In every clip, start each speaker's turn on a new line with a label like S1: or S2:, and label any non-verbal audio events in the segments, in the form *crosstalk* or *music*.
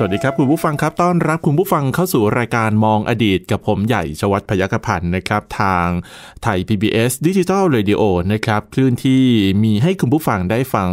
S1: สวัสดีครับ คุณผู้ฟังครับต้อนรับคุณผู้ฟังเข้าสู่รายการมองอดีตกับผมใหญ่ชวัฒน์พยัคฆพันธ์นะครับ ทางไทย PBS Digital Radio นะครับคลื่นที่มีให้คุณผู้ฟังได้ฟัง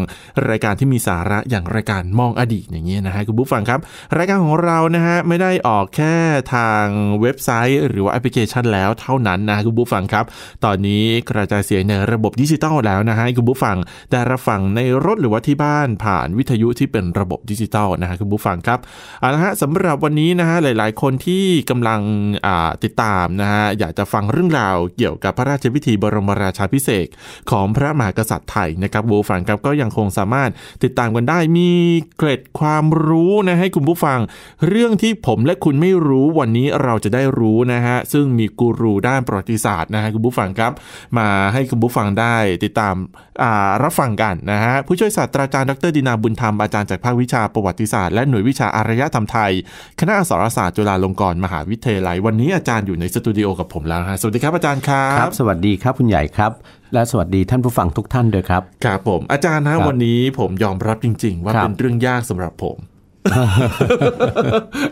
S1: รายการที่มีสาระอย่างรายการมองอดีตอย่างนี้ยนะฮะคุณผู้ฟังครับ รายการของเรานะฮะไม่ได้ออกแค่ทางเว็บไซต์ หรือว่าแอปพลิเคชันแล้วเท่านั้นนะคุณผู้ฟังครับ ตอนนี้กระจายเสียงในระบบดิจิตอลแล้วนะฮะให้คุณผู้ฟังได้รับฟังในรถหรือว่าที่บ้านผ่านวิทยุที่เป็นระบบดิจิตอลนะฮะคุณผู้ฟังครับเอาละฮะสำหรับวันนี้นะฮะหลาย ๆ คนที่กำลังอ่าติดตามนะฮะอยากจะฟังเรื่องราวเกี่ยวกับพระราชพิธีบรมราชาพิเศษกของพระมหากษัตริย์ไทยนะครับคุณผู้ฟังครับก็ยังคงสามารถติดตามกันได้มีเกร็ดความรู้นะให้คุณผู้ฟัง เรื่องที่ผมและคุณไม่รู้วันนี้เราจะได้รู้นะฮะซึ่งมีกูรูด้านประวัติศาสตร์นะฮะคุณผู้ฟังครับ มาให้คุณผู้ฟังได้ติดตามอ่ารับฟังกันนะฮะผู้ช่วยศาสตราจารย์ดรดินาบุญธรรมอาจารย์จากภาควิชาประวัติศาสตร์และหน่วยวิชาอารยธรรมไทย คณะอักษรศาสตร์จุฬาลงกรณ์มหาวิทยาลัย วันนี้อาจารย์อยู่ในสตูดิโอกับผมแล้วนะฮะสวัสดีครับอาจารย์ครั
S2: ครับ บสวัสดีครับคุณใหญ่ครับ และสวัสดีท่านผู้ฟังทุกท่านด้วยครับ
S1: ครับผมอาจารย์นะวันนี้ผมยอมรับจริง ๆ ว่า
S2: ครับ
S1: เป็นเรื่องยากสำหรับผม
S2: *laughs*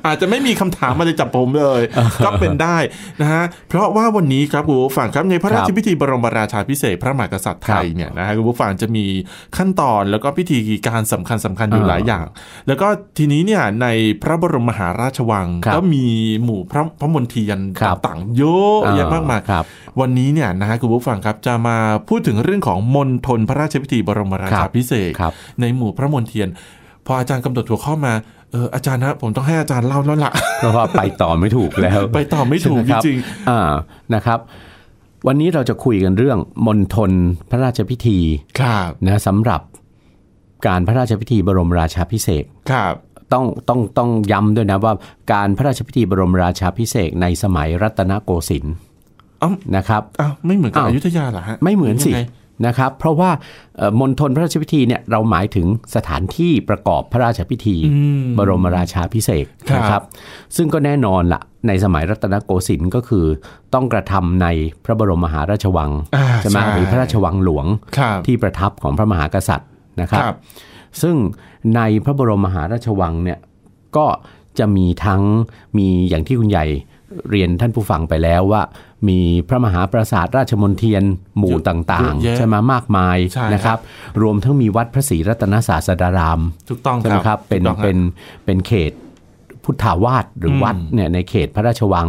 S1: อาจจะไม่มีคำถามอะไรจากผมเลย
S2: *laughs*
S1: ก็เป็นได้นะฮะเพราะว่าวันนี้ครับคุณผู้ฟังครับในพระราชพิธีบรมราชาพิเศษกพระมหากษัตริย์ไทยเนี่ยนะฮะคุณผู้ฟังจะมีขั้นตอนแล้วก็พิธีการสำคัญสำคัญอยู่
S2: อ่า
S1: หลายอย่าง แล้วก็ทีนี้เนี่ยในพระบรมมหาราชวัง
S2: ครับ
S1: ก็มีหมู่พระพระมนเทียน
S2: ครับ
S1: ต่างๆเยอะแยะมากมาย
S2: ครับ
S1: วันนี้เนี่ยนะฮะคุณผู้ฟังครับจะมาพูดถึงเรื่องของมณฑลพระราชพิธีบรมรา
S2: ค
S1: ชา
S2: รับ
S1: พิเศษก
S2: ครับ
S1: ในหมู่พระมณเทียน พออาจารย์กำหนดหัวข้อมาเอออาจารย์ฮะผมต้องให้อาจารย์เล่าแล้ว
S2: *laughs*
S1: ล่ะ
S2: เพราะว่าไปต่อไม่ถูกแล้ว
S1: ไปต่อไม่ถูก
S2: ใช่ห
S1: จริง
S2: ๆอ่านะครับ วันนี้เราจะคุยกันเรื่องมณฑลพระราชพิธี
S1: ครับ
S2: นะสำหรับการพระราชพิธีบรมราชาพิเศษก
S1: ครับ
S2: ต้องต้องต้องย้ำด้วยนะว่าการพระราชพิธีบรมราชาพิเศษกในสมัยรัตนโกสินทร์
S1: เอ้า
S2: นะครับ
S1: อ้าวไม่เหมือนกับ
S2: อ้าว
S1: อยุธยาเหรอฮะ
S2: ไม่เหมือนสิ
S1: ยังไง
S2: นะครับ เพราะว่าเอ่อมณฑลพระราชพิธีเนี่ยเราหมายถึงสถานที่ประกอบพระราชพิธี บรมราชาพิเศษกนะครับ ซึ่งก็แน่นอนละในสมัยรัตนโกสินทร์ก็คือต้องกระทำในพระบรมมหาราชวัง
S1: อ่า
S2: ใช่ไหมหรือพระราชวังหลวง
S1: ครับ
S2: ที่ประทับของพระมหากษัตริย์นะค
S1: ครับ รับ
S2: ซึ่งในพระบรมมหาราชวังเนี่ยก็จะมีทั้งมีอย่างที่คุณใหญ่เรียนท่านผู้ฟังไปแล้วว่า มีพระมหาปราสาทราชมนเทียนหมู่ต่าง
S1: เยอะ
S2: ๆ
S1: แยะ
S2: ใช่ไหมมากมาย
S1: ใช่ครับ
S2: นะครับ รวมทั้งมีวัดพระศรีรัตนศาสดาราม
S1: ถูกต้อง
S2: ใช่ไหม
S1: ค
S2: ค
S1: รั
S2: รั
S1: บบ
S2: เป็น
S1: ถูกต้องฮะ
S2: เป็นเป็นเขตพุทธาวาสหรืออวัดเนี่ยในเขตพระราชวัง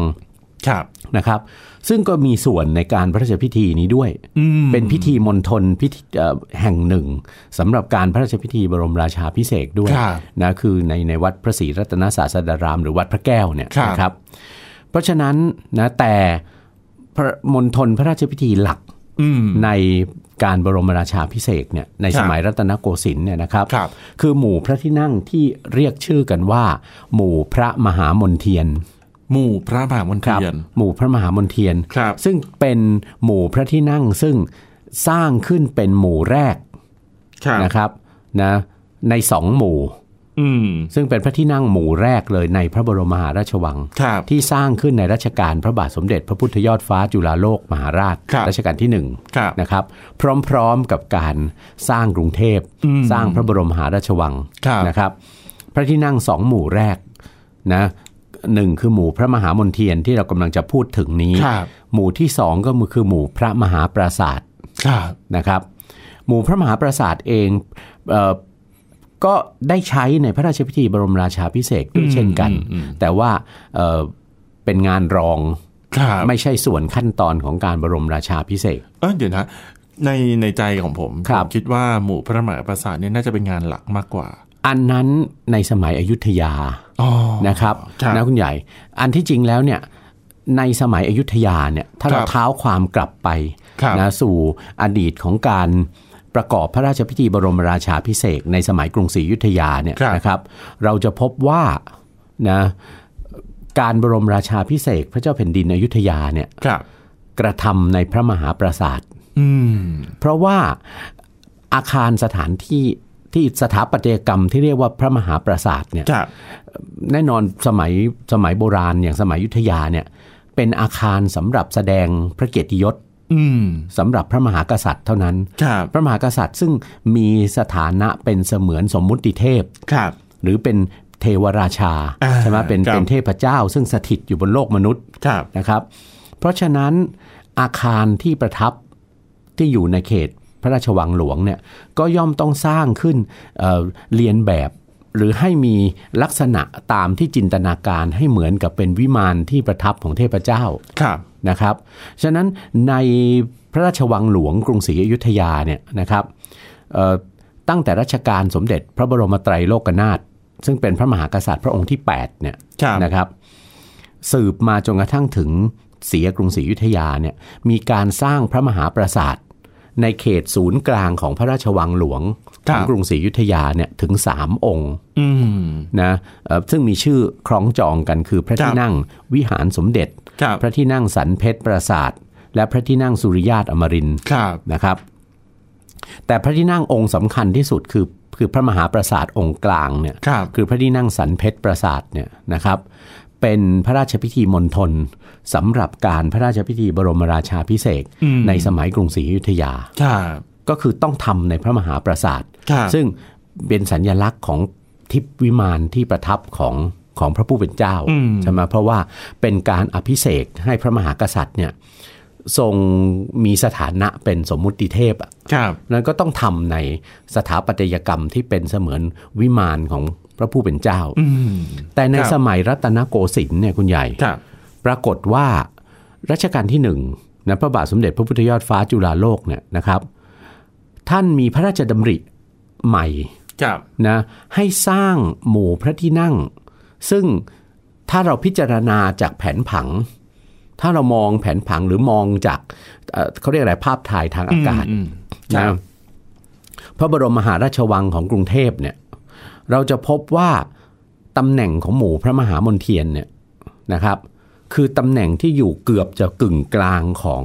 S1: ครับ
S2: นะครับ ซึ่งก็มีส่วนในการพระราชพิธีนี้ด้วย
S1: อืม
S2: เป็นพิธีมณฑลพิธีเอ่อแห่งหนึ่งสำหรับการพระราชพิธีบรมราชาพิเศษกด้วย
S1: ครับ
S2: นะคือในในวัดพระศรีรัตนศาสดาราม หรือวัดพระแก้วเนี่ย
S1: ครับ
S2: นะครับ เพราะฉะนั้นนะแต่พระมณฑลพระราชพิธีหลัก
S1: อืม
S2: ในการบรมราชาพิเศษกเนี่ยใน
S1: ครับ
S2: สมัยรัตนโกสินทร์เนี่ยนะครับ
S1: ครับ
S2: คือหมู่พระที่นั่งที่เรียกชื่อกันว่า หมู่พระมหามนเทียน
S1: หมู่พระมหามณ
S2: ครับ
S1: เทียน
S2: หมู่พระมหามนเทียน
S1: ครับ
S2: ซึ่งเป็นหมู่พระที่นั่งซึ่งสร้างขึ้นเป็นหมู่แรก
S1: ครับ
S2: นะครับนะในสองหมู่
S1: อืม
S2: ซึ่งเป็นพระที่นั่งหมู่แรกเลยในพระบรมมหาราชวัง
S1: ครับ
S2: ที่สร้างขึ้นในรัชกาลพระบาทสมเด็จพระพุทธยอดฟ้าจุฬาโลกมหาราช
S1: ครับ
S2: รัชกาลที่หนึ่ง
S1: ครับ
S2: นะครับพร้อมๆกับการสร้างกรุงเทพสร้างพระบรมมหาราชวัง
S1: ครับ
S2: นะครับ พระที่นั่งสองหมู่แรกนะหนึ่งคือหมู่พระมหามนเทียนที่เรากำลังจะพูดถึงนี้
S1: ครับ
S2: หมู่ที่สองก็คือหมู่พระมหาปราศาสตร์
S1: ครับ
S2: นะครับ หมู่พระมหาปราศาสตร์เองเอ่อก็ได้ใช้ในพระราชพิธีบรมราชาพิเศษกด้วยเช่นกัน แต่ว่าเอ่อเป็นงานรอง
S1: ครับ
S2: ไม่ใช่ส่วนขั้นตอนของการบรมราชาพิเศษก
S1: เออเดี๋ยวนะในในใจของผม
S2: ครั
S1: ผ
S2: บ
S1: มคิดว่าหมู่พระมหาปราสาทเนี่ยน่าจะเป็นงานหลักมากกว่า
S2: อันนั้นในสมัยอยุธยา
S1: อ๋อ
S2: นะครับ
S1: ครับ
S2: นะคุณใหญ่ อันที่จริงแล้วเนี่ยในสมัยอยุธยาเนี่ยถ้า
S1: ครับ
S2: เราเท้าความกลับไป
S1: ครับ
S2: นะสู่อดีตของการประกอบพระราชพิธีบรมราชาพิเศษกในสมัยกรุงศรีอยุธยาเนี่ย
S1: ครับ
S2: นะครับ เราจะพบว่านะการบรมราชาพิเศษกพระเจ้าแผ่นดินอยุธยาเนี่ย
S1: ครับ
S2: กระทำในพระมหาปราสาท
S1: อืม
S2: เพราะว่าอาคารสถานที่ที่สถาปัตยกรรมที่เรียกว่าพระมหาปราสาทเนี่ย
S1: จะ
S2: แน่นอนสมัยสมัยโบราณอย่างสมัยอยุทธยาเนี่ยเป็นอาคารสำหรับแสดงพระเกียรติยศ
S1: อืม
S2: สำหรับพระมหากษัตริย์เท่านั้น
S1: ครับ
S2: พระมหากษัตริย์ซึ่งมีสถานะเป็นเสมือนสมมุติเทพ
S1: ครับ
S2: หรือเป็นเทวราชา
S1: อ่า
S2: ใช่ไหมเป็น
S1: ครับ
S2: เป็นเทพเจ้า ซึ่งสถิตอยู่บนโลกมนุษย์
S1: ครับ
S2: นะครับ เพราะฉะนั้นอาคารที่ประทับที่อยู่ในเขตพระราชวังหลวงเนี่ยก็ย่อมต้องสร้างขึ้นเอ่อเรียนแบบ หรือให้มีลักษณะตามที่จินตนาการให้เหมือนกับเป็นวิมานที่ประทับของเทพเจ้า
S1: ครับ
S2: นะครับฉะนั้นในพระราชวังหลวงกรุงศรีอยุธยาเนี่ยนะครับเอ่อตั้งแต่รัชกาลสมเด็จพระบรมไตรโลกนาถซึ่งเป็นพระมหากษัตริย์พระองค์ที่8เนี่ย
S1: ครับ
S2: นะครับสืบมาจนกระทั่งถึงเสียกรุงศรีอยุธยาเนี่ยมีการสร้างพระมหาปราสาทในเขตศูนย์กลางของพระราชวังหลวง
S1: ค
S2: ข
S1: รั
S2: อง
S1: บ
S2: กรุงศรีอยุธยาเนี่ยถึง 3 องค์
S1: อืม
S2: นะเอ่อซึ่งมีชื่อคล้องจองกันคือพระ
S1: ครับ
S2: ที่นั่งวิหารสมเด็จ
S1: ครับ
S2: พระที่นั่งสันเพชรปราสาท และพระที่นั่งสุริยาตอมรินทร์
S1: ครับ
S2: นะครับ แต่พระที่นั่งองค์สำคัญที่สุดคือคือพระมหาปราสาทองค์กลางเนี่ย
S1: ครับ
S2: คือพระที่นั่งสันเพชรปราสาทเนี่ยนะครับ เป็นพระราชพิธีมณฑลสำหรับการพระราชพิธีบรมราชาพิเศษก
S1: อืม
S2: ในสมัยกรุงศรีอยุธยา
S1: ครับ
S2: ก็คือต้องทำในพระมหาปราสาท
S1: ครับ
S2: ซึ่งเป็นสัญญลักษณ์ของทิพย์วิมานที่ประทับของของพระผู้เป็นเจ้าใช่ไหมเพราะว่าเป็นการอภิเษกให้พระมหากษัตริย์เนี่ยทรงมีสถานะเป็นสมมุติเทพอะ
S1: ครับ
S2: นั้นก็ต้องทำในสถาปัตยกรรมที่เป็นเสมือนวิมานของพระผู้เป็นเจ้า
S1: อืม
S2: แต่ใน
S1: ครับ
S2: สมัยรัตนโกสินทร์เนี่ยคุณใหญ่
S1: ครับ
S2: ปรากฏว่ารัชกาลที่หนึ่งนะพระบาทสมเด็จพระพุทธยอดฟ้าจุฬาโลกเนี่ยนะครับ ท่านมีพระราชดำริใหม่
S1: ครับ
S2: นะให้สร้างหมู่พระที่นั่ง ซึ่งถ้าเราพิจารณาจากแผนผัง ถ้าเรามองแผนผังหรือมองจากเอ่อเขาเรียกอะไรภาพถ่ายทางอากาศ
S1: อืม ครั
S2: นะ
S1: บ
S2: พระบรมมหาราชวังของกรุงเทพเนี่ยเราจะพบว่าตำแหน่งของหมู่พระมหามนเทียนเนี่ยนะครับ คือตำแหน่งที่อยู่เกือบจะกึ่งกลางของ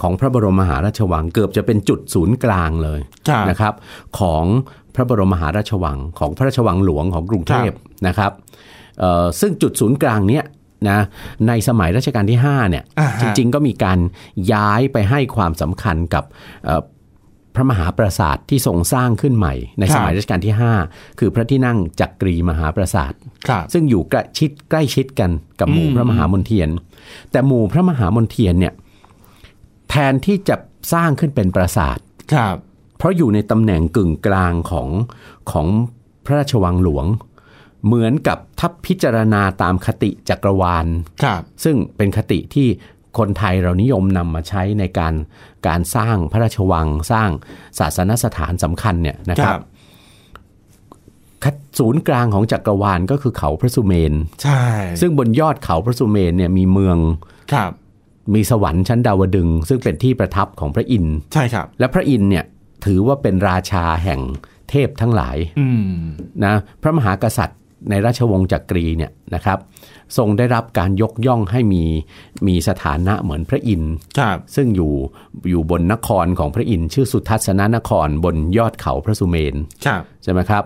S2: ของพระบรมมหาราชวัง เกือบจะเป็นจุดศูนย์กลางเลย
S1: ครับ
S2: นะครับ ของพระบรมมหาราชวังของพระราชวังหลวงของกรุงเทพนะครับเอ่อซึ่งจุดศูนย์กลางเนี้ยนะในสมัยรัชกาลที่ห้าเนี่ย
S1: อ่าฮะ
S2: จริง ๆ ก็มีการย้ายไปให้ความสำคัญกับเอ่อ พระมหาปราสาทที่ทรงสร้างขึ้นใหม่ ใน
S1: ครับ
S2: สมัยรัชกาลที่ 5 คือพระที่นั่งจักรีมหาปราสาท
S1: ครับ
S2: ซึ่งอยู่ใกล้ชิดใกล้ชิดกันกับหมู่
S1: อืม
S2: พระมหามนเทียน แต่หมู่พระมหามนเทียนเนี่ยแทนที่จะสร้างขึ้นเป็นปราสาท
S1: ครับ
S2: เพราะอยู่ในตำแหน่งกึ่งกลางของของพระราชวังหลวง เหมือนกับถ้าพิจารณาตามคติจักรวาล
S1: ครับ
S2: ซึ่งเป็นคติที่คนไทยเรานิยมนำมาใช้ในการการสร้างพระราชวังสร้างศาสนสถานสำคัญเนี่ยนะ
S1: ค
S2: ค
S1: รั
S2: รับ บคัดศูนย์กลางของจักรวาลก็คือเขาพระสุเมน
S1: ใช่
S2: ซึ่งบนยอดเขาพระสุเมนเนี่ยมีเมือง
S1: ครับ
S2: มีสวรรค์ชั้นดาวดึงส์ซึ่งเป็นที่ประทับของพระอินทร์
S1: ใช่ครับ
S2: และพระอินทร์เนี่ยถือว่าเป็นราชาแห่งเทพทั้งหลาย
S1: อืม
S2: นะพระมหากษัตริย์ในราชวงศ์จักรีเนี่ยนะครับทรงได้รับการยกย่องให้มีมีสถานะเหมือนพระอินทร์
S1: ครับ
S2: ซึ่งอยู่อยู่บนนครของพระอินทร์ชื่อสุทัศนนครบนยอดเขาพระสุเมน
S1: ครับ
S2: ใช่ไหมครับ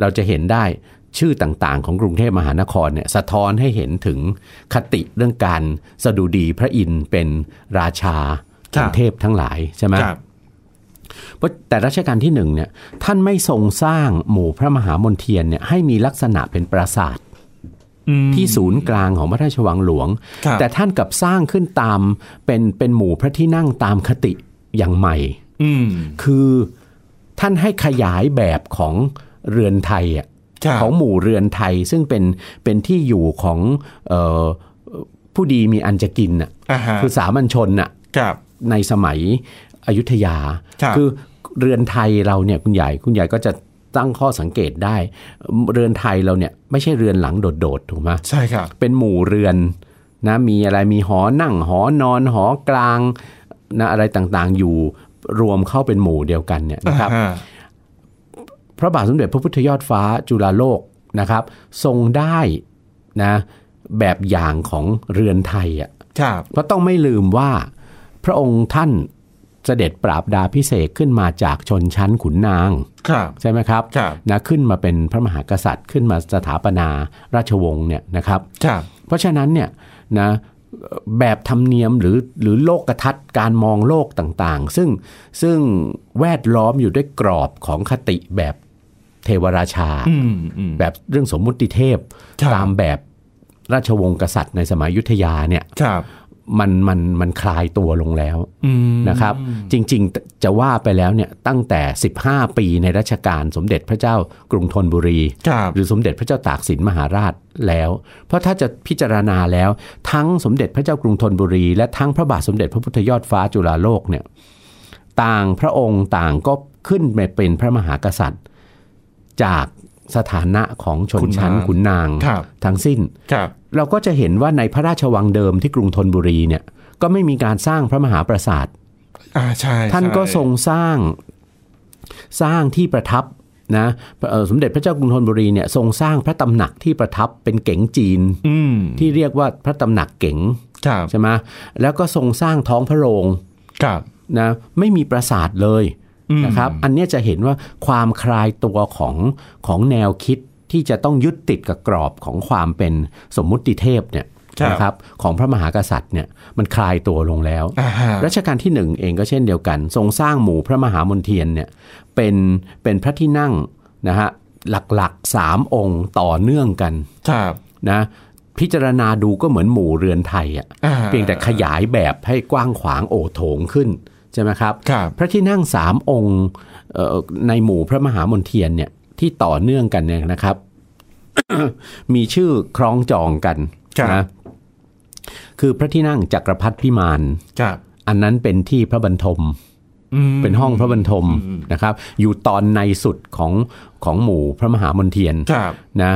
S2: เราจะเห็นได้ชื่อต่างๆ ของกรุงเทพมหานครเนี่ยสะท้อนให้เห็นถึงคติเรื่องการสดุดีพระอินทร์เป็นราชา
S1: ครับ
S2: แห่งเทพทั้งหลายใช่ไหม
S1: ครับ
S2: เพราะแต่รัชกาลที่หนึ่งเนี่ยท่านไม่ทรงสร้างหมู่พระมหามนเทียนเนี่ยให้มีลักษณะเป็นปราสาท
S1: อืม
S2: ที่ศูนย์กลางของพระราชวังหลวง
S1: ครับ
S2: แต่ท่านกลับสร้างขึ้นตามเป็นเป็นหมู่พระที่นั่งตามคติอย่างใหม่
S1: อืม
S2: คือท่านให้ขยายแบบของเรือนไทยอะ
S1: ครับ
S2: ของหมู่เรือนไทยซึ่งเป็นเป็นที่อยู่ของเออผู้ดีมีอันจะกินน่ะ
S1: อ่าฮะ
S2: คือสามัญชนน่ะ
S1: ครับ
S2: ในสมัยอยุธยา
S1: ครับ
S2: อเรือนไทยเราเนี่ยคุณใหญ่คุณใหญ่ก็จะตั้งข้อสังเกตได้ เรือนไทยเราเนี่ยไม่ใช่เรือนหลังโดดๆถูกไหม
S1: ใช่ครับ
S2: เป็นหมู่เรือนนะมีอะไรมีหอนั่งหอนอนหอกลางนะอะไรต่างๆอยู่รวมเข้าเป็นหมู่เดียวกันเนี่ย
S1: *laughs*
S2: นะครับ
S1: อ่าฮ
S2: พระบาทสมเด็จพระพุทธยอดฟ้าจุฬาโลกนะครับ ทรงได้นะแบบอย่างของเรือนไทยอ่ะ
S1: ครับ
S2: ก็ต้องไม่ลืมว่าพระองค์ท่าน เสด็จปราบดาพิเศษกขึ้นมาจากชนชั้นขุนนาง
S1: ครับ
S2: ใช่ไหมครับ
S1: ครับ
S2: นะขึ้นมาเป็นพระมหากษัตริย์ ขึ้นมาสถาปนาราชวงศ์เนี่ยนะครับ
S1: ครับ
S2: เพราะฉะนั้นเนี่ยนะเอ่อแบบธรรมเนียมหรือหรือโลกทัศน์การมองโลกต่างๆ ซึ่งซึ่งแวดล้อมอยู่ด้วยกรอบของคติแบบเทวราชา
S1: อืมอืม
S2: แบบเรื่องสมมุติเทพ
S1: ครับ
S2: ตามแบบราชวงศ์กษัตริย์ในสมัยอยุทธยาเนี่ย
S1: ครับ
S2: มันมันมันคลายตัวลงแล้ว
S1: อืม
S2: นะครับ จริงๆจะว่าไปแล้วเนี่ยตั้งแต่ 15 ปีในรัชกาลสมเด็จพระเจ้ากรุงธนบุรี
S1: ครับ
S2: หรือสมเด็จพระเจ้าตากสินมหาราชแล้ว เพราะถ้าจะพิจารณาแล้ว ทั้งสมเด็จพระเจ้ากรุงธนบุรี และทั้งพระบาทสมเด็จพระพุทธยอดฟ้าจุฬาโลกเนี่ยต่างพระองค์ต่างก็ขึ้นมาเป็นพระมหากษัตริย์ จากสถานะของชนชั้น
S1: ขุ
S2: ขุ
S1: นนาน
S2: นาง ง
S1: ครับ
S2: ทั้งสิ้น
S1: ครับ
S2: เราก็จะเห็นว่าในพระราชวังเดิมที่กรุงธนบุรีเนี่ยก็ไม่มีการสร้างพระมหาปราสาท
S1: อ่าใช่
S2: ท่านก็
S1: ใช่
S2: ทรงสร้างสร้างที่ประทับนะเอ่อสมเด็จพระเจ้ากรุงธนบุรีเนี่ยทรงสร้างพระตำหนักที่ประทับเป็นเก๋งจีน
S1: อืม
S2: ที่เรียกว่าพระตำหนักเก๋ง
S1: ครับ
S2: ใช่ไหมแล้วก็ทรงสร้างท้องพระโรง
S1: ครับ
S2: นะไม่มีปราสาทเลย
S1: อืม
S2: นะครับ อันเนี้ยจะเห็นว่าความคลายตัวของของแนวคิดที่จะต้องยึดติดกับกรอบของความเป็นสมมุติเทพเนี่ย
S1: ครับ
S2: นะครับของพระมหากษัตริย์เนี่ยมันคลายตัวลงแล้ว
S1: อ่าฮะ
S2: รัชกาลที่หนึ่งเองก็เช่นเดียวกัน ทรงสร้างหมู่พระมหามนเทียนเนี่ยเป็นเป็นพระที่นั่งนะฮะหลักๆสามองค์ต่อเนื่องกัน
S1: ครับ
S2: นะพิจารณาดูก็เหมือนหมู่เรือนไทยอะ
S1: อ่า
S2: เพียงแต่ขยายแบบให้กว้างขวางโอโถงขึ้นใช่ไหมครับ
S1: ครับ
S2: พระที่นั่งสามองค์เอ่อในหมู่พระมหามนเทียนเนี่ยที่ต่อเนื่องกันเนี่ยนะครับ *coughs* มีชื่อคล้องจองกันนะคือพระที่นั่งจักรพรรดิพิมาน
S1: ครับ
S2: อันนั้นเป็นที่พระบรรทม
S1: อืม
S2: เป็นห้องพระบรรทม
S1: อืม
S2: นะครับ อยู่ตอนในสุดของของหมู่พระมหามนเทียน
S1: ครับ
S2: นะ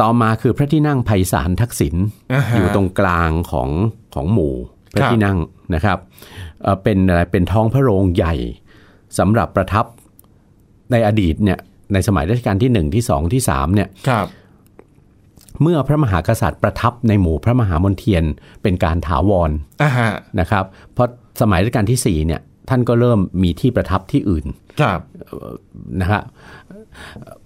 S2: ต่อมาคือพระที่นั่งไพศาลทักษิณ
S1: าฮะ
S2: อยู่ตรงกลางของของหมู่พระ
S1: ครับ
S2: ที่นั่งนะครับเอ่อเป็นอะไรเป็นท้องพระโรงใหญ่สำหรับประทับในอดีตเนี่ยในสมัยรัชกาลที่หนึ่งที่สองที่สามเนี่ย
S1: ครับ
S2: เมื่อพระมหากษัตริย์ประทับในหมู่พระมหามนเทียนเป็นการถาวร
S1: อ่าฮะ
S2: นะครับเพราะสมัยรัชกาลที่ 4 เนี่ยท่านก็เริ่มมีที่ประทับที่อื่น
S1: ครับ
S2: นะครับ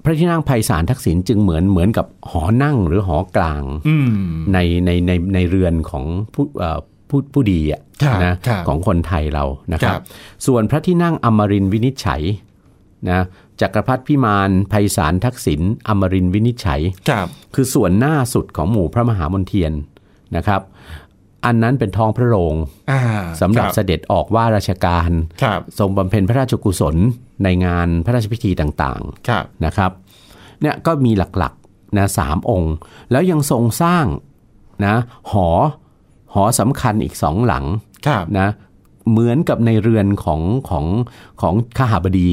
S2: พระที่นั่งไพศาลทักษิณจึงเหมือนเหมือนกับหอนั่งหรือหอกลาง
S1: อืม
S2: ในในในในเรือนของผู้เอ่อผู้ผู้ดีอะ
S1: ครับ
S2: นะครับของคนไทยเรานะครั
S1: ครับ บ
S2: ส่วนพระที่นั่งอมรินทร์วินิจฉัยนะจักรพรรดิพิมานไพศาลทักษิณอมรินทร์วินิจฉัย
S1: ครับ
S2: คือส่วนหน้าสุดของหมู่พระมหามนเทียนนะครับ อันนั้นเป็นทองพระโรง
S1: อ่า
S2: สำหรับ
S1: ค
S2: เสด็จออกว่าราชการ
S1: ครับ
S2: ทรงบำเพ็ญพระราชกุศลในงานพระราชพิธีต่าง
S1: ครับ
S2: ๆนะครับเนี่ยก็มีหลักๆนะสามองค์ แล้วยังทรงสร้างนะหอหอสำคัญอีกสองหลัง
S1: ครับ
S2: นะเหมือนกับในเรือนของของของขหบดี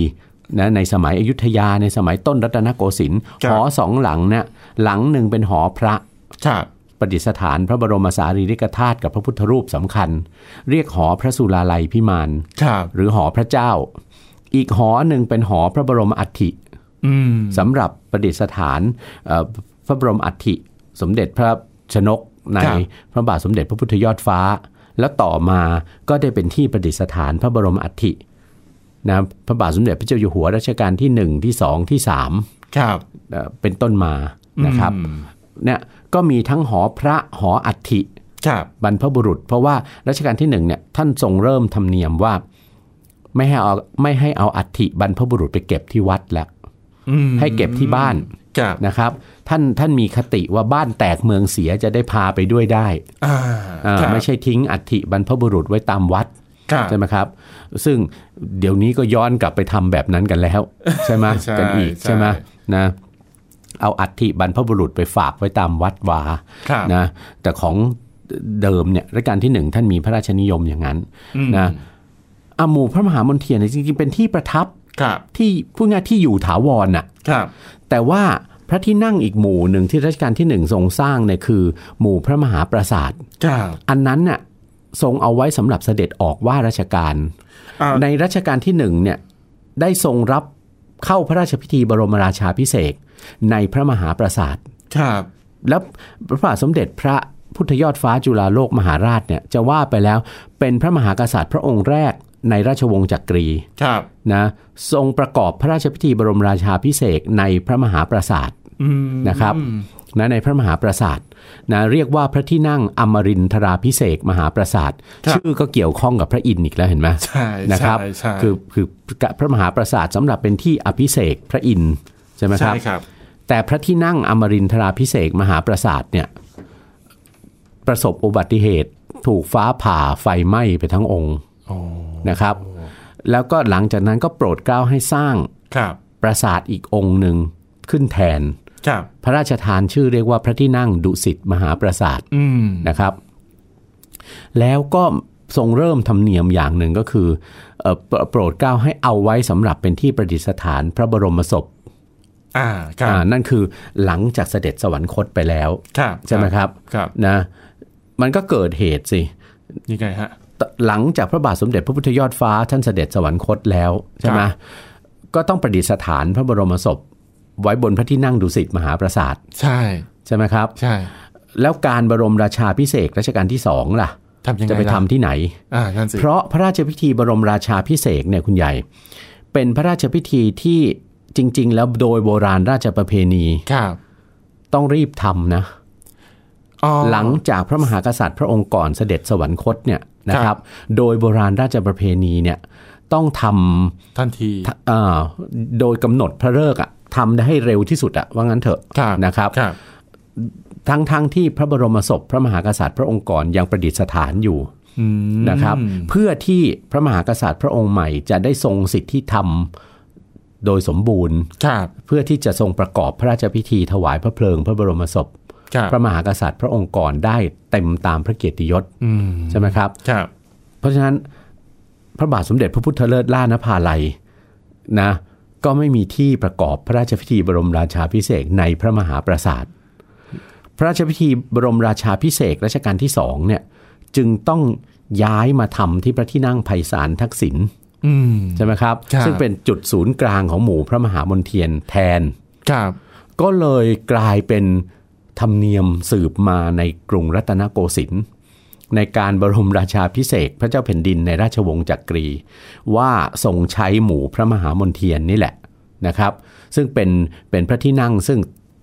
S2: นะในสมัยอยุธยาในสมัยต้นรัตนโกสินทร์
S1: ครับ
S2: หอสองหลังเนี่ยหลังหนึ่งเป็นหอพระ
S1: ครับ
S2: ประดิษฐานพระบรมสารีริกธาตุกับพระพุทธรูปสำคัญ เรียกหอพระสุลาลัยพิมาน
S1: ครับ
S2: หรือหอพระเจ้า อีกหอหนึ่งเป็นหอพระบรมอัฐิ
S1: อืม
S2: สำหรับประดิษฐานเอ่อพระบรมอัฐิ สมเด็จพระชนกใน
S1: ครับ
S2: พระบาทสมเด็จพระพุทธยอดฟ้า แล้วต่อมาก็ได้เป็นที่ประดิษฐานพระบรมอัฐินะพระบาทสมเด็จพระเจ้าอยู่หัวรัชกาลที่หนึ่งที่สองที่สาม
S1: ครับ
S2: เอ่อเป็นต้นมานะครับเนี่ยก็มีทั้งหอพระหออัฐิ
S1: ครับ
S2: บรรพบุรุษ เพราะว่ารัชกาลที่หนึ่งเนี่ยท่านทรงเริ่มธรรมเนียมว่า ไม่ให้เอาไม่ให้เอาอัฐิบรรพบุรุษไปเก็บที่วัดแล้ว
S1: อืม
S2: ให้เก็บที่บ้าน
S1: ครับ
S2: นะครับ ท่านท่านมีคติว่าบ้านแตกเมืองเสียจะได้พาไปด้วยได้
S1: อ่า
S2: อ่า
S1: ครับ
S2: ไม่ใช่ทิ้งอัฐิบรรพบุรุษไว้ตามวัด
S1: ครับ
S2: ใช่ไหมครับ ซึ่งเดี๋ยวนี้ก็ย้อนกลับไปทำแบบนั้นกัน
S1: *laughs*
S2: แล้ว ใช่ไหม
S1: ใช่
S2: กันอีก
S1: ใช่
S2: ใช่ไหมนะเอาอัฐิบรรพบุรุษไปฝากไว้ตามวัดวา
S1: ครับ
S2: นะแต่ของเดิมเนี่ยรัชกาลที่หนึ่งท่านมีพระราชนิยมอย่างนั้นนะอาหมู่พระมหามนเทียนเนี่ยจริงๆเป็นที่ประทับ
S1: ครับ
S2: ที่พูดง่ายๆที่อยู่ถาวรน่ะ
S1: ครับ
S2: แต่ว่าพระที่นั่งอีกหมู่หนึ่งที่รัชกาลที่หนึ่งทรงสร้างเนี่ยคือ หมู่พระมหาปราสาท
S1: ครับ
S2: อันนั้นน่ะทรงเอาไว้สำหรับเสด็จออกว่าราชการ
S1: อ่า
S2: ในรัชกาลที่หนึ่งเนี่ยได้ทรงรับเข้าพระราชพิธีบรมราชาพิเศษกในพระมหาปราสาท
S1: ครับ
S2: แล้วพระบาทสมเด็จพระพุทธยอดฟ้าจุฬาโลกมหาราชเนี่ยจะว่าไปแล้วเป็นพระมหากษัตริย์พระองค์แรก ในราชวงศ์จักรี
S1: ครับ
S2: นะทรงประกอบพระราชพิธีบรมราชาพิเศษกในพระมหาปราสาท
S1: อืม
S2: นะครับนะในพระมหาปราสาทนะเรียกว่าพระที่นั่งอมรินทราพิเศษกมหาปราสาท ชื่อก็เกี่ยวข้องกับพระอินทร์อีกแล้วเห็นไหม
S1: ใช่
S2: นะครับ
S1: ใช่ใช่
S2: คือคือพระมหาปราสาทสำหรับเป็นที่อภิเษกพระอินทร์ใช่ไหมค
S1: ใช่
S2: รับ
S1: ครับ
S2: แต่พระที่นั่งอมรินทราพิเศษกมหาปราสาทเนี่ยประสบอุบัติเหตุถูกฟ้าผ่าไฟไหม้ไปทั้งองค์นะครับ แล้วก็หลังจากนั้นก็โปรดเกล้าให้สร้าง
S1: ครับ
S2: ปราสาทอีกองค์หนึ่งขึ้นแทน
S1: ครับ
S2: พระราชทานชื่อเรียกว่าพระที่นั่งดุสิตมหาปราสาท
S1: อืม
S2: นะครับ แล้วก็ทรงเริ่มธรรมเนียมอย่างหนึ่งก็คือเอ่อโปรโปรดเกล้าให้เอาไว้สำหรับเป็นที่ประดิษฐานพระบรมศพ
S1: อ่าครับ
S2: อ่านั่นคือหลังจากเสด็จสวรรคตไปแล้ว
S1: ครับ
S2: ใช่ไหมครับ
S1: ครับ
S2: นะมันก็เกิดเหตุสิ
S1: ยังไงฮะ
S2: ตหลังจากพระบาทสมเด็จพระพุทธยอดฟ้าท่านเสด็จสวรรคตแล้วใช่ไหม
S1: ครับ
S2: ก็ต้องประดิษฐานพระบรมศพ ไว้บนพระที่นั่งดุสิตมหาปราสาท
S1: ใช่
S2: ใช่ไหมครับ
S1: ใช่
S2: แล้วการบรมราชาพิเศษกรัชกาลที่สองล่ะ
S1: ทำยังไง
S2: จะไปทำ
S1: ล่
S2: ที่ไหน
S1: อ่านั่นสิ
S2: เพราะพระราชพิธีบรมราชาพิเศษกเนี่ยคุณใหญ่ เป็นพระราชพิธีที่จริง ๆ แล้วโดยโบราณราชประเพณี
S1: ครับ
S2: ต้องรีบทำนะ
S1: อ๋อ
S2: หลังจากพระมหากษัตริย์พระองค์ก่อนเสด็จสวรรคตเนี่ยนะค
S1: ครั
S2: รับ
S1: บ
S2: โดยโบราณราชประเพณีเนี่ยต้องท
S1: ทันที
S2: ำเอ่อโดยกำหนดพระฤกษ์อะทำได้ให้เร็วที่สุดอะว่างั้นเถอะ
S1: ครับ
S2: นะครับ
S1: ครับ
S2: ทั้งๆที่พระบรมศพพระมหากษัตริย์พระองค์ก่อนยังประดิษฐานอยู่
S1: อืม
S2: นะครับ เพื่อที่พระมหากษัตริย์พระองค์ใหม่จะได้ทรงสิทธิธรรมโดยสมบูรณ์
S1: ครับ
S2: เพื่อที่จะทรงประกอบพระราชพิธีถวายพระเพลิง พระบรมศพ
S1: ครับ
S2: พระมหากษัตริย์พระองค์ก่อนได้เต็มตามพระเกียรติยศ
S1: อืม
S2: ใช่ไหมครับ
S1: ครับ
S2: เพราะฉะนั้นพระบาทสมเด็จพระพุทธเลิศล่านภาลัยนะก็ไม่มีที่ประกอบพระราชพิธีบรมราชาพิเศษกในพระมหาปราสาท พระราชพิธีบรมราชาพิเศษกรัชกาลที่สองเนี่ยจึงต้องย้ายมาทำที่พระที่นั่งไพศาลทักษิณ
S1: อืม
S2: ใช่ไหมครับ
S1: ครับ
S2: ซึ่งเป็นจุดศูนย์กลางของหมู่พระมหามนเทียนแทน
S1: ครับ
S2: ก็เลยกลายเป็นธรรมเนียมสืบมาในกรุงรัตนโกสินทร์ในการบรมราชาพิเศษกพระเจ้าแผ่นดินในราชวงศ์จักกรี ว่าทรงใช้หมู่พระมหามนเทียนนี่แหละนะครับ ซึ่งเป็นเป็นพระที่นั่งซึ่ง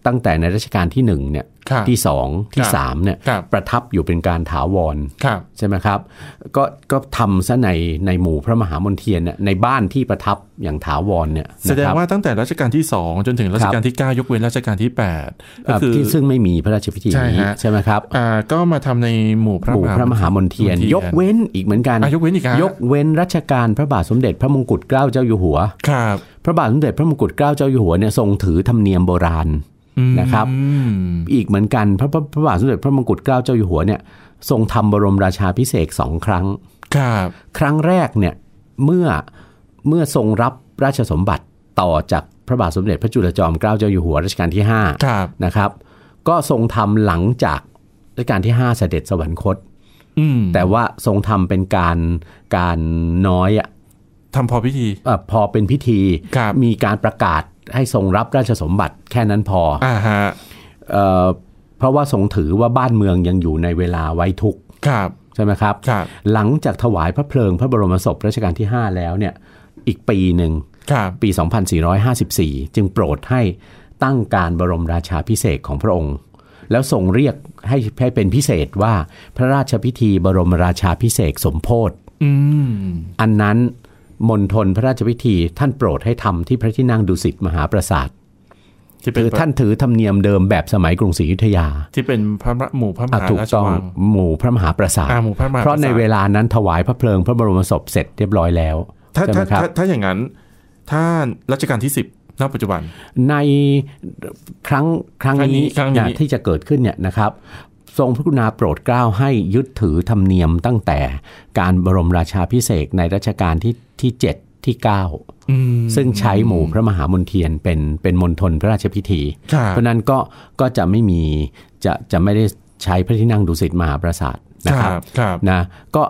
S2: ตั้งแต่ในรัชกาลที่หนึ่งเนี่ย
S1: ครับ
S2: ที่สองที่สามเนี่ย
S1: ครับ
S2: ประทับอยู่เป็นการถาวร
S1: ครับ
S2: ใช่ไหมครับ ก็ก็ทำซะในในหมู่พระมหามนเทียนเนี่ยในบ้านที่ประทับอย่างถาวรเนี่ย
S1: แสดง
S2: นะครับ
S1: ว่าตั้งแต่รัชกาลที่ 2 จนถึงรัชกาลที่ 9 ยกเว้นรัชกาลที่ 8 ก็
S2: อ่า
S1: คือ
S2: ที่ซึ่งไม่มีพระราชพิธี
S1: ใช่
S2: นี้
S1: ฮะ
S2: ใช่ไหมครับ
S1: อ่าก็มาทำในหมู่พระ
S2: ปู่พระมหามนเทียน ยกเว้นอีกเหมือนกัน
S1: อ่ะยกเว้นอีกฮะ
S2: ยกเว้นรัชกาลพระบาทสมเด็จพระมงกุฎเกล้าเจ้าอยู่หัว
S1: ครับ
S2: พระบาทสมเด็จพระมงกุฎเกล้าเจ้าอยู่หัวเนี่ยทรงถือธรรมเนียมโบราณ
S1: อืม
S2: นะครับ อีกเหมือนกันพระพระพระบาทสมเด็จพระมงกุฎเกล้าเจ้าอยู่หัวเนี่ยทรงทำบรมราชาพิเศษกสองครั้ง
S1: ครับ
S2: ครั้งแรกเนี่ยเมื่อเมื่อทรงรับราชสมบัติต่อจากพระบาทสมเด็จพระจุลจอมเกล้าเจ้าอยู่หัวรัชกาลที่ห้า
S1: ครับ
S2: นะครับก็ทรงทำหลังจากรัชกาลที่ 5 เสด็จสวรรคต
S1: อืม
S2: แต่ว่าทรงทำเป็นการการน้อยอะ
S1: ทำพอพิธี
S2: เอ่อพอเป็นพิธี
S1: ครับ
S2: มีการประกาศให้ทรงรับราชสมบัติแค่นั้นพอ
S1: อ่าฮะ
S2: เอ่อเพราะว่าทรงถือว่าบ้านเมืองยังอยู่ในเวลาไว้ทุกข์
S1: ครับ
S2: ใช่ไหมครับ
S1: ครับ
S2: หลังจากถวายพระเพลิงพระบรมศพรัชกาลที่ 5 แล้วเนี่ยอีกปีหนึ่ง
S1: ครับ
S2: ปี 2454 จึงโปรดให้ตั้งการบรมราชาพิเศษกของพระองค์ แล้วส่งเรียกให้ให้เป็นพิเศษว่าพระราชพิธีบรมราชาพิเศษกสมโพธิ
S1: อืม
S2: อันนั้นมณฑลพระราชพิธีท่านโปรดให้ทำที่พระที่นั่งดุสิตมหาปราสาท
S1: ที่เป็น
S2: คือท่านถือธรรมเนียมเดิมแบบสมัยกรุงศรีอยุธยา
S1: ที่เป็นพระหมู่พระม
S2: อ่ะ
S1: หา
S2: ถูก
S1: ราช
S2: ต้อง
S1: วัง
S2: หมู่พระมหาปราสาท
S1: อ่าหมู่พระมหา
S2: เพราะในเว
S1: ลา
S2: ลานั้นถวายพระเพลิงพระบรมศพเสร็จเรียบร้อยแล้ว
S1: ถ้า
S2: ใช่ไหม
S1: ถ้า
S2: ครับ
S1: ถ้าถ้าอย่างนั้น ถ้ารัชกาลที่ 10ณปัจจุบัน
S2: ในครั้งครั้งนี้
S1: ครั้งนี้ครั้งนี้
S2: ที่จะเกิดขึ้นเนี่ยนะครับ ทรงพระกรุณาโปรดเกล้าให้ยึดถือธรรมเนียมตั้งแต่การบรมราชาพิเศษกในรัชกาลที่ที่7ที่
S1: อืม
S2: 9 ซึ่งใช้หมู่พระมหามนเทียนเป็นเป็นมณฑลพระราชพิธี
S1: ครับ
S2: เพราะนั้นก็ก็จะไม่มีจะจะไม่ได้ใช้พระที่นั่งดุสิตมหาปราสาทนะ
S1: ค
S2: ครับ
S1: รับครับ
S2: นะก็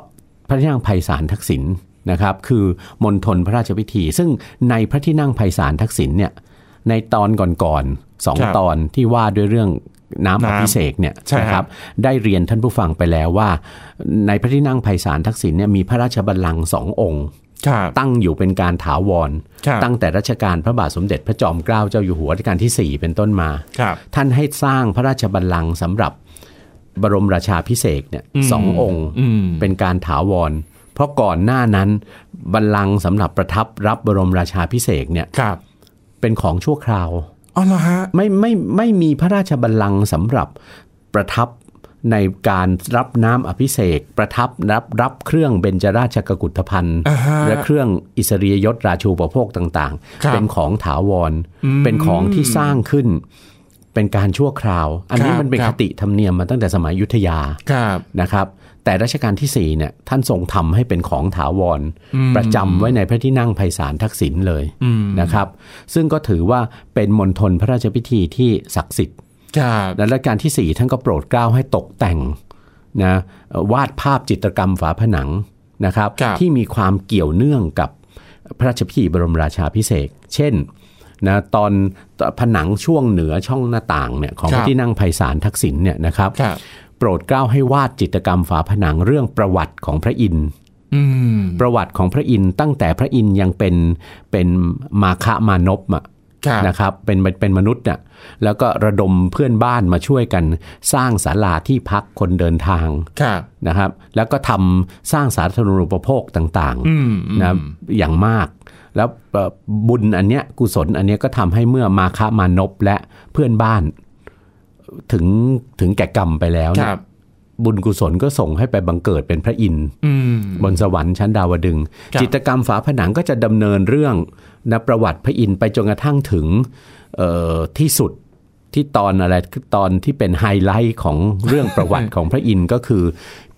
S2: พระที่นั่งไพศาลทักษิณนะครับ คือมณฑลพระราชพิธี ซึ่งในพระที่นั่งไพศาลทักษิณเนี่ยในตอนก่อนๆสอง
S1: ครับ
S2: ตอนที่ว่าด้วยเรื่อง น้ำอ
S1: น้ำ
S2: ภิเษกเนี่ย
S1: ใช่ฮะ
S2: นะครับได้เรียนท่านผู้ฟังไปแล้วว่า ในพระที่นั่งไพศาลทักษิณเนี่ยมีพระราชบัลลังก์สององค์
S1: ครับ
S2: ตั้งอยู่เป็นการถาวร
S1: ครับ
S2: ตั้งแต่รัชกาลพระบาทสมเด็จพระจอมเกล้าเจ้าอยู่หัวรัชกาลที่ 4 เป็นต้นมา
S1: ครับ
S2: ท่านให้สร้างพระราชบัลลังก์สำหรับบรมราชาพิเศษกเนี่ยสององค์
S1: อืม
S2: เป็นการถาวร เพราะก่อนหน้านั้น บัลลังก์สำหรับประทับรับบรมราชาพิเศษกเนี่ย
S1: ครับ
S2: เป็นของชั่วคราว
S1: อ๋อเหรอฮะ
S2: ไม่ไม่ไม่มีพระราชบัลลังก์สำหรับประทับในการรับน้ำอภิเษกประทับรับรับเครื่องเบญจราชกกุฏภัณฑ์
S1: อ่าฮะ
S2: และเครื่องอิสริยยศราชูปโภคต่าง
S1: ครับ
S2: ๆเป็นของถาวร เป็นของที่สร้างขึ้น เป็นการชั่วคราว อันนี้
S1: ครับ
S2: มันเป็น
S1: ครั
S2: ค
S1: บ
S2: ติธรรมเนียมมาตั้งแต่สมัยอยุทธยา
S1: ครับ
S2: นะครับแต่รัชกาลที่ 4 เนี่ยท่านทรงทำให้เป็นของถาวร ประจำไว้ในพระที่นั่งไพศาลทักษิณเลยนะครับ ซึ่งก็ถือว่าเป็นมณฑลพระราชพิธีที่ศักดิ์สิทธิ์
S1: ครับ
S2: และรัชกาลที่ 4 ท่านก็โปรดเกล้าให้ตกแต่งนะเอ่อวาดภาพจิตรกรรมฝาผนังนะครับ ที่มีความเกี่ยวเนื่องกับพระราชพิธีบรมราชาพิเศษกเช่นนะตอนผนังช่วงเหนือช่องหน้าต่างเนี่ยของพระที่นั่งไพศาลทักษิณเนี่ยนะครับ
S1: ครับ
S2: โปรดเกล้าให้วาดจิตรกรรมฝาผนังเรื่องประวัติของพระอินทร์
S1: อืม
S2: ประวัติของพระอินทร์ตั้งแต่พระอินทร์ยังเป็นเป็นมาคะมานพอะ
S1: ครับ
S2: นะครับเป็นเป็นมนุษย์น่ะแล้วก็ระดมเพื่อนบ้านมาช่วยกัน สร้างศาลาที่พักคนเดินทาง
S1: ครับ
S2: นะครับ แล้วก็ทำสร้างสาธารณูปโภคต่าง
S1: อืม
S2: ๆนะอย่างมาก แล้วเอ่อบุญอันเนี้ยกุศลอันเนี้ยก็ทำให้เมื่อมาคะมานพและเพื่อนบ้านถึงถึงแก่กรรมไปแล้ว
S1: ค
S2: เนี่ย
S1: รับ
S2: บุญกุศลก็ส่งให้ไปบังเกิดเป็นพระอินทร์
S1: อืม
S2: บนสวรรค์ชั้นดาวดึงส์
S1: ครับ
S2: จิตรกรรมฝาผนังก็จะดำเนินเรื่องนประวัติพระอินทร์ไปจนกระทั่งถึงเอ่อที่สุดที่ตอนอะไรคือตอนที่เป็นไฮไลท์ของเรื่องประวัติ ของพระอินทร์ก็คือ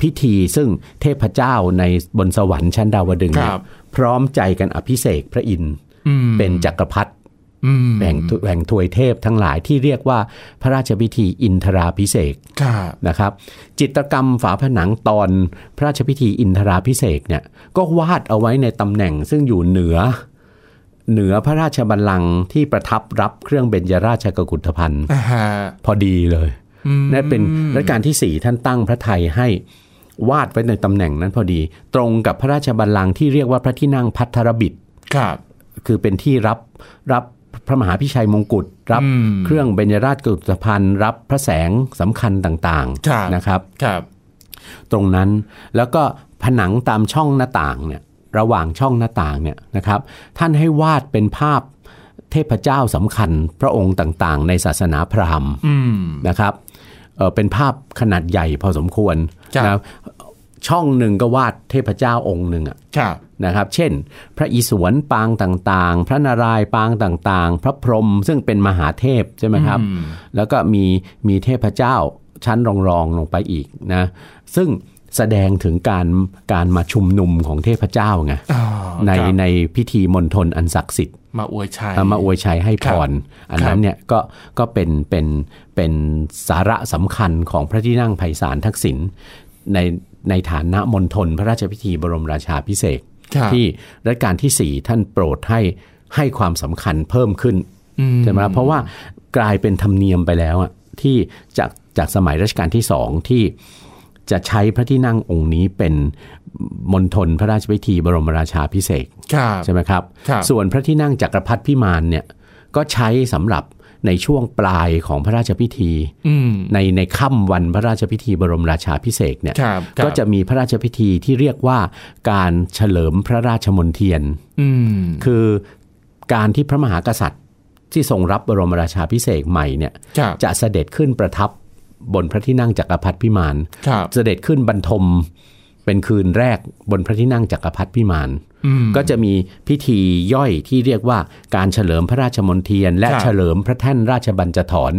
S2: พิธีซึ่งเทพเจ้าในบนสวรรค์ชั้นดาวดึงส์เนี่ย
S1: ครับ
S2: พร้อมใจกันอภิเษกพระอินทร์
S1: อืม
S2: เป็นจักรพรรดิ
S1: อืม
S2: แห่งแห่งทวยเทพทั้งหลายที่เรียกว่าพระราชพิธีอินทราภิเษก
S1: ครับ
S2: นะครับจิตรกรรมฝาผนังตอนพระราชพิธีอินทราพิเศษกเนี่ยก็วาดเอาไว้ในตำแหน่งซึ่งอยู่เหนือ เหนือพระราชบัลลังก์ที่ประทับรับเครื่องเบญจราชกกุฏภัณฑ์
S1: อ่าฮะ
S2: พอดีเลย
S1: อืม
S2: นั่นเป็นรัชกาลที่ 4 ท่านตั้งพระไทยให้วาดไว้ในตำแหน่งนั้นพอดี ตรงกับพระราชบัลลังก์ที่เรียกว่าพระที่นั่งพัทรบิด
S1: ครับ
S2: คือเป็นที่รับรับพระมหาพิชัยมงกุฎรับ
S1: อืม
S2: เครื่องเบญจราชกุฏภัณฑ์รับพระแสงสำคัญต่าง
S1: ครับ
S2: ๆนะครับ
S1: ครับ
S2: ตรงนั้นแล้วก็ผนังตามช่องหน้าต่างเนี่ยระหว่างช่องหน้าต่างเนี่ยนะครับ ท่านให้วาดเป็นภาพเทพเจ้าสำคัญพระองค์ต่างๆ ในศาสนาพราหมณ์
S1: อืม
S2: นะครับเอ่อเป็นภาพขนาดใหญ่พอสมควร
S1: ครับ
S2: นะช่องหนึ่งก็วาดเทพเจ้าองค์หนึ่งอะ
S1: ครับ
S2: นะครับเช่น พระอิศวรปางต่างๆ พระนารายณ์ปางต่างๆ พระพรหมซึ่งเป็นมหาเทพใช่ไหมครับ แล้วก็มีมีเทพเจ้าชั้นรองรองๆลงไปอีกนะซึ่งแสดงถึงการการมาชุมนุมของเทพเจ้าไง
S1: อ๋อ
S2: ใน
S1: ครับ
S2: ในพิธีมณฑลอันศักดิ์สิทธิ์
S1: มาอวยชัย
S2: เอามาอวยชัยให้พร อัน
S1: ค
S2: นั้
S1: รั
S2: น
S1: บ
S2: เนี่ยก็ก็เป็นเป็นเป็นสาระสำคัญของพระที่นั่งไพศาลทักษิณในในฐานะมณฑลพระราชพิธีบรมราชาพิเศษก
S1: ครับ
S2: ที่รัชกาลที่ 4 ท่านโปรดให้ให้ความสำคัญเพิ่มขึ้น
S1: อืม
S2: ใช่ไหมครับเพราะว่ากลายเป็นธรรมเนียมไปแล้วอะที่จากจากสมัยรัชกาลที่สองที่จะใช้พระที่นั่งองค์นี้เป็นมณฑลพระราชพิธีบรมราชาพิเศษก
S1: ครับ
S2: ใช่ไหมครับ
S1: ครับ
S2: ส่วนพระที่นั่งจักรพรรดิพิมานเนี่ยก็ใช้สำหรับในช่วงปลายของพระราชพิธี
S1: อืม
S2: ในในค่ำวันพระราชพิธีบรมราชาพิเศษกเนี่ย
S1: ครับครับ
S2: ก็จะมีพระราชพิธีที่เรียกว่าการเฉลิมพระราชมนเทียน
S1: อืม
S2: คือการที่พระมหากษัตริย์ที่ทรงรับบรมราชาพิเศษกใหม่เนี่ย
S1: ครับ
S2: จะเสด็จขึ้นประทับบนพระที่นั่งจักรพรรดิพิมาน
S1: ครับ
S2: เสด็จขึ้นบรรทมเป็นคืนแรกบนพระที่นั่งจักรพรรดิพิมาน
S1: อืม
S2: ก็จะมีพิธีย่อยที่เรียกว่าการเฉลิมพระราชมนเทียน และ
S1: ครับ
S2: เฉลิมพระแท่นราชบัญจถร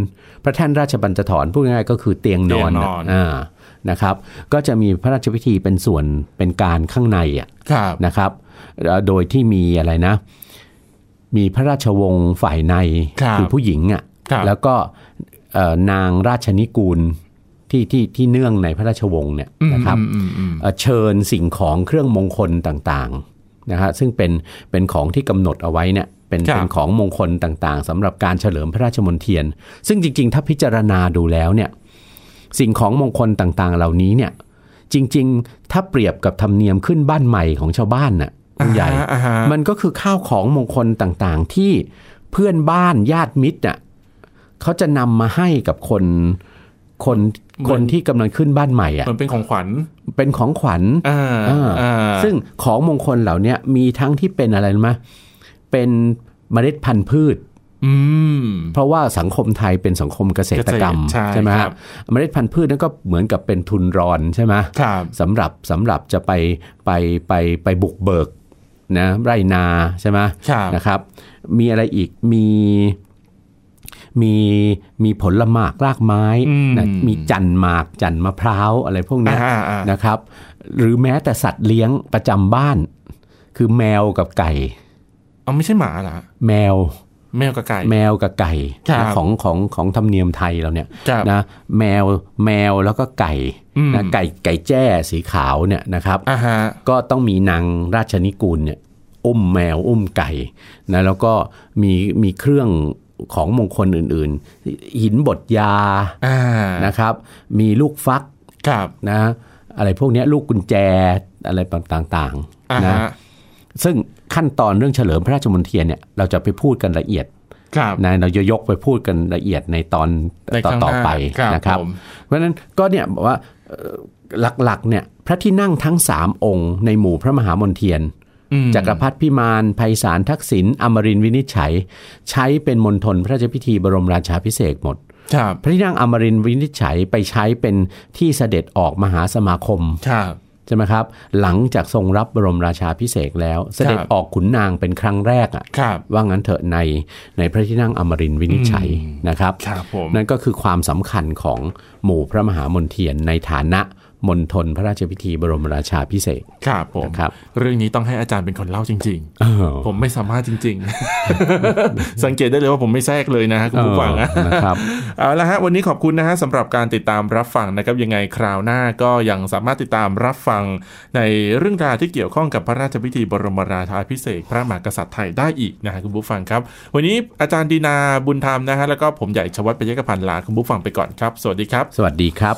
S2: พระแท่นราชบัญจถรพูดง่ายๆก็คือเตียงนอน
S1: เตียงน
S2: น่ะ
S1: อน
S2: อ่านะครับ ก็จะมีพระราชพิธีเป็นส่วนเป็นการข้างในอ่ะ
S1: ครับ
S2: นะครับเอ่อโดยที่มีอะไรนะ มีพระราชวงศ์ฝ่ายใน
S1: ครับ
S2: ผู้หญิงอ่ะ
S1: ครับ
S2: แล้วก็เอ่อนางราชนิกูลที่ที่ที่เนื่องในพระราชวงศ์เนี่ยนะครับ
S1: อืมอืม
S2: เอ่อเชิญสิ่งของเครื่องมงคลต่างๆนะฮะซึ่งเป็นเป็นของที่กำหนดเอาไว้เนี่ย เป็น
S1: ครับ
S2: เป็นของมงคลต่างๆสำหรับการเฉลิมพระราชมนเทียน ซึ่งจริง ๆ ถ้าพิจารณาดูแล้วเนี่ยสิ่งของมงคลต่างๆ เหล่านี้เนี่ยจริง ๆ ถ้าเปรียบกับธรรมเนียมขึ้นบ้านใหม่ของชาวบ้านน่ะคุณใหญ่
S1: อ่าฮะ
S2: มันก็คือข้าวของมงคลต่างๆ ที่เพื่อนบ้านญาติมิตรน่ะเขาจะนำมาให้กับคนคนคนที่กำลังขึ้นบ้านใหม่อ่ะ
S1: มันเป็นของขวัญ
S2: เป็นของขวัญ
S1: อ่า
S2: อ่า
S1: อ่า
S2: ซึ่งของมงคลเหล่าเนี้ยมีทั้งที่เป็นอะไรรู้ไหมเป็นเมล็ดพันธุ์พืช
S1: อืม
S2: เพราะว่าสังคมไทยเป็นสังคมเกษตรกรรม
S1: เกษตรใช่
S2: ไหม
S1: ครั
S2: ฮะ
S1: บ
S2: เมล็ดพันธุ์พืชนั่นก็เหมือนกับเป็นทุนรอนใช่ไหม
S1: ครับ
S2: สำหรับสำหรับจะไปไปไปไปบุกเบิกนะไรนาใช่ไหม
S1: ครับ
S2: นะครับ มีอะไรอีกมีมีมีผลหมากรากไม้นะมีจันหมากจันมะพร้าวอะไรพวกเนี้ย
S1: อ่าอ่า
S2: นะครับหรือแม้แต่สัตว์เลี้ยงประจำบ้าน คือแมวกับไก่
S1: เอาไม่ใช่หมาเหรอฮะ
S2: แมว
S1: แมวกับไก่
S2: แมวกับไก่
S1: ครับ
S2: นะของของของธรรมเนียมไทยเราเนี่ย
S1: ครับ
S2: นะแมวแมวแล้วก็ไก่
S1: อืม
S2: นะไก่ไก่แจ้สีขาวเนี่ยนะครับ
S1: อ่าฮะ
S2: ก็ต้องมีนางราชนิกูลเนี่ยอุ้มแมวอุ้มไก่นะแล้วก็มีมีเครื่องของมงคลอื่นๆ หินบดยา
S1: อ่า
S2: นะครับ มีลูกฟัก
S1: ครับ
S2: นะอะไรพวกเนี้ยลูกกุญแจอะไรต่าง
S1: อ่า
S2: ๆนะ
S1: ฮะ
S2: ซึ่งขั้นตอนเรื่องเฉลิมพระราชมนเทียนเนี่ยเราจะไปพูดกันละเอียด
S1: ครับ
S2: นะเราจะยกไปพูดกันละเอียดในตอน
S1: ใน
S2: ต่อ
S1: ครั้ง
S2: ต่อ
S1: หน้า
S2: ไป
S1: ครับ
S2: นะครับ
S1: ผม
S2: เพราะฉะนั้นก็เนี่ยบอกว่าเอ่อหลักๆเนี่ยพระที่นั่งทั้ง 3 องค์ในหมู่พระมหามนเทียน
S1: อืม
S2: จักรพรรดิพิมานไพศาลทักษิณอมรินทร์วินิจฉัย ใช้เป็นมณฑลพระราชพิธีบรมราชาพิเศษกหมด
S1: ครับ
S2: พระที่นั่งอมรินทร์วินิจฉัยไปใช้เป็นที่เสด็จออกมหาสมาคม
S1: ครับ
S2: ใช่ไหมครับ หลังจากทรงรับบรมราชาพิเศษกแล้ว เสด็จออกขุนนางเป็นครั้งแรกอ่ะ
S1: ครับ
S2: ว่างั้นเถอะในในพระที่นั่งอมรินทร์วินิจฉัยนะครับ
S1: ครับผม
S2: นั่นก็คือความสำคัญของหมู่พระมหามนเทียนในฐานะมณฑลพระราชพิธีบรมราชาพิเศษก
S1: ครับผม
S2: ครับ
S1: เรื่องนี้ต้องให้อาจารย์เป็นคนเล่าจริง ๆ
S2: อ้าว
S1: ผมไม่สามารถจริง ๆ สังเกตได้เลยว่าผมไม่แทรกเลยนะฮะคุณผู้ฟังนะ
S2: เออนะครับ
S1: เอาละฮะวันนี้ขอบคุณนะฮะสำหรับการติดตามรับฟังนะครับยังไงคราวหน้าก็ยังสามารถติดตามรับฟัง ในเรื่องราวที่เกี่ยวข้องกับพระราชพิธีบรมราชาภิเษกพระมหากษัตริย์ไทยได้อีกนะฮะคุณผู้ฟังครับ วันนี้อาจารย์ดีนาบุญธรรมนะฮะแล้วก็ผมใหญ่ชวัฒน์ปยกพันธ์ลาคุณผู้ฟังไปก่อนครับ สวัสดีครับ
S2: สวัสดีครับ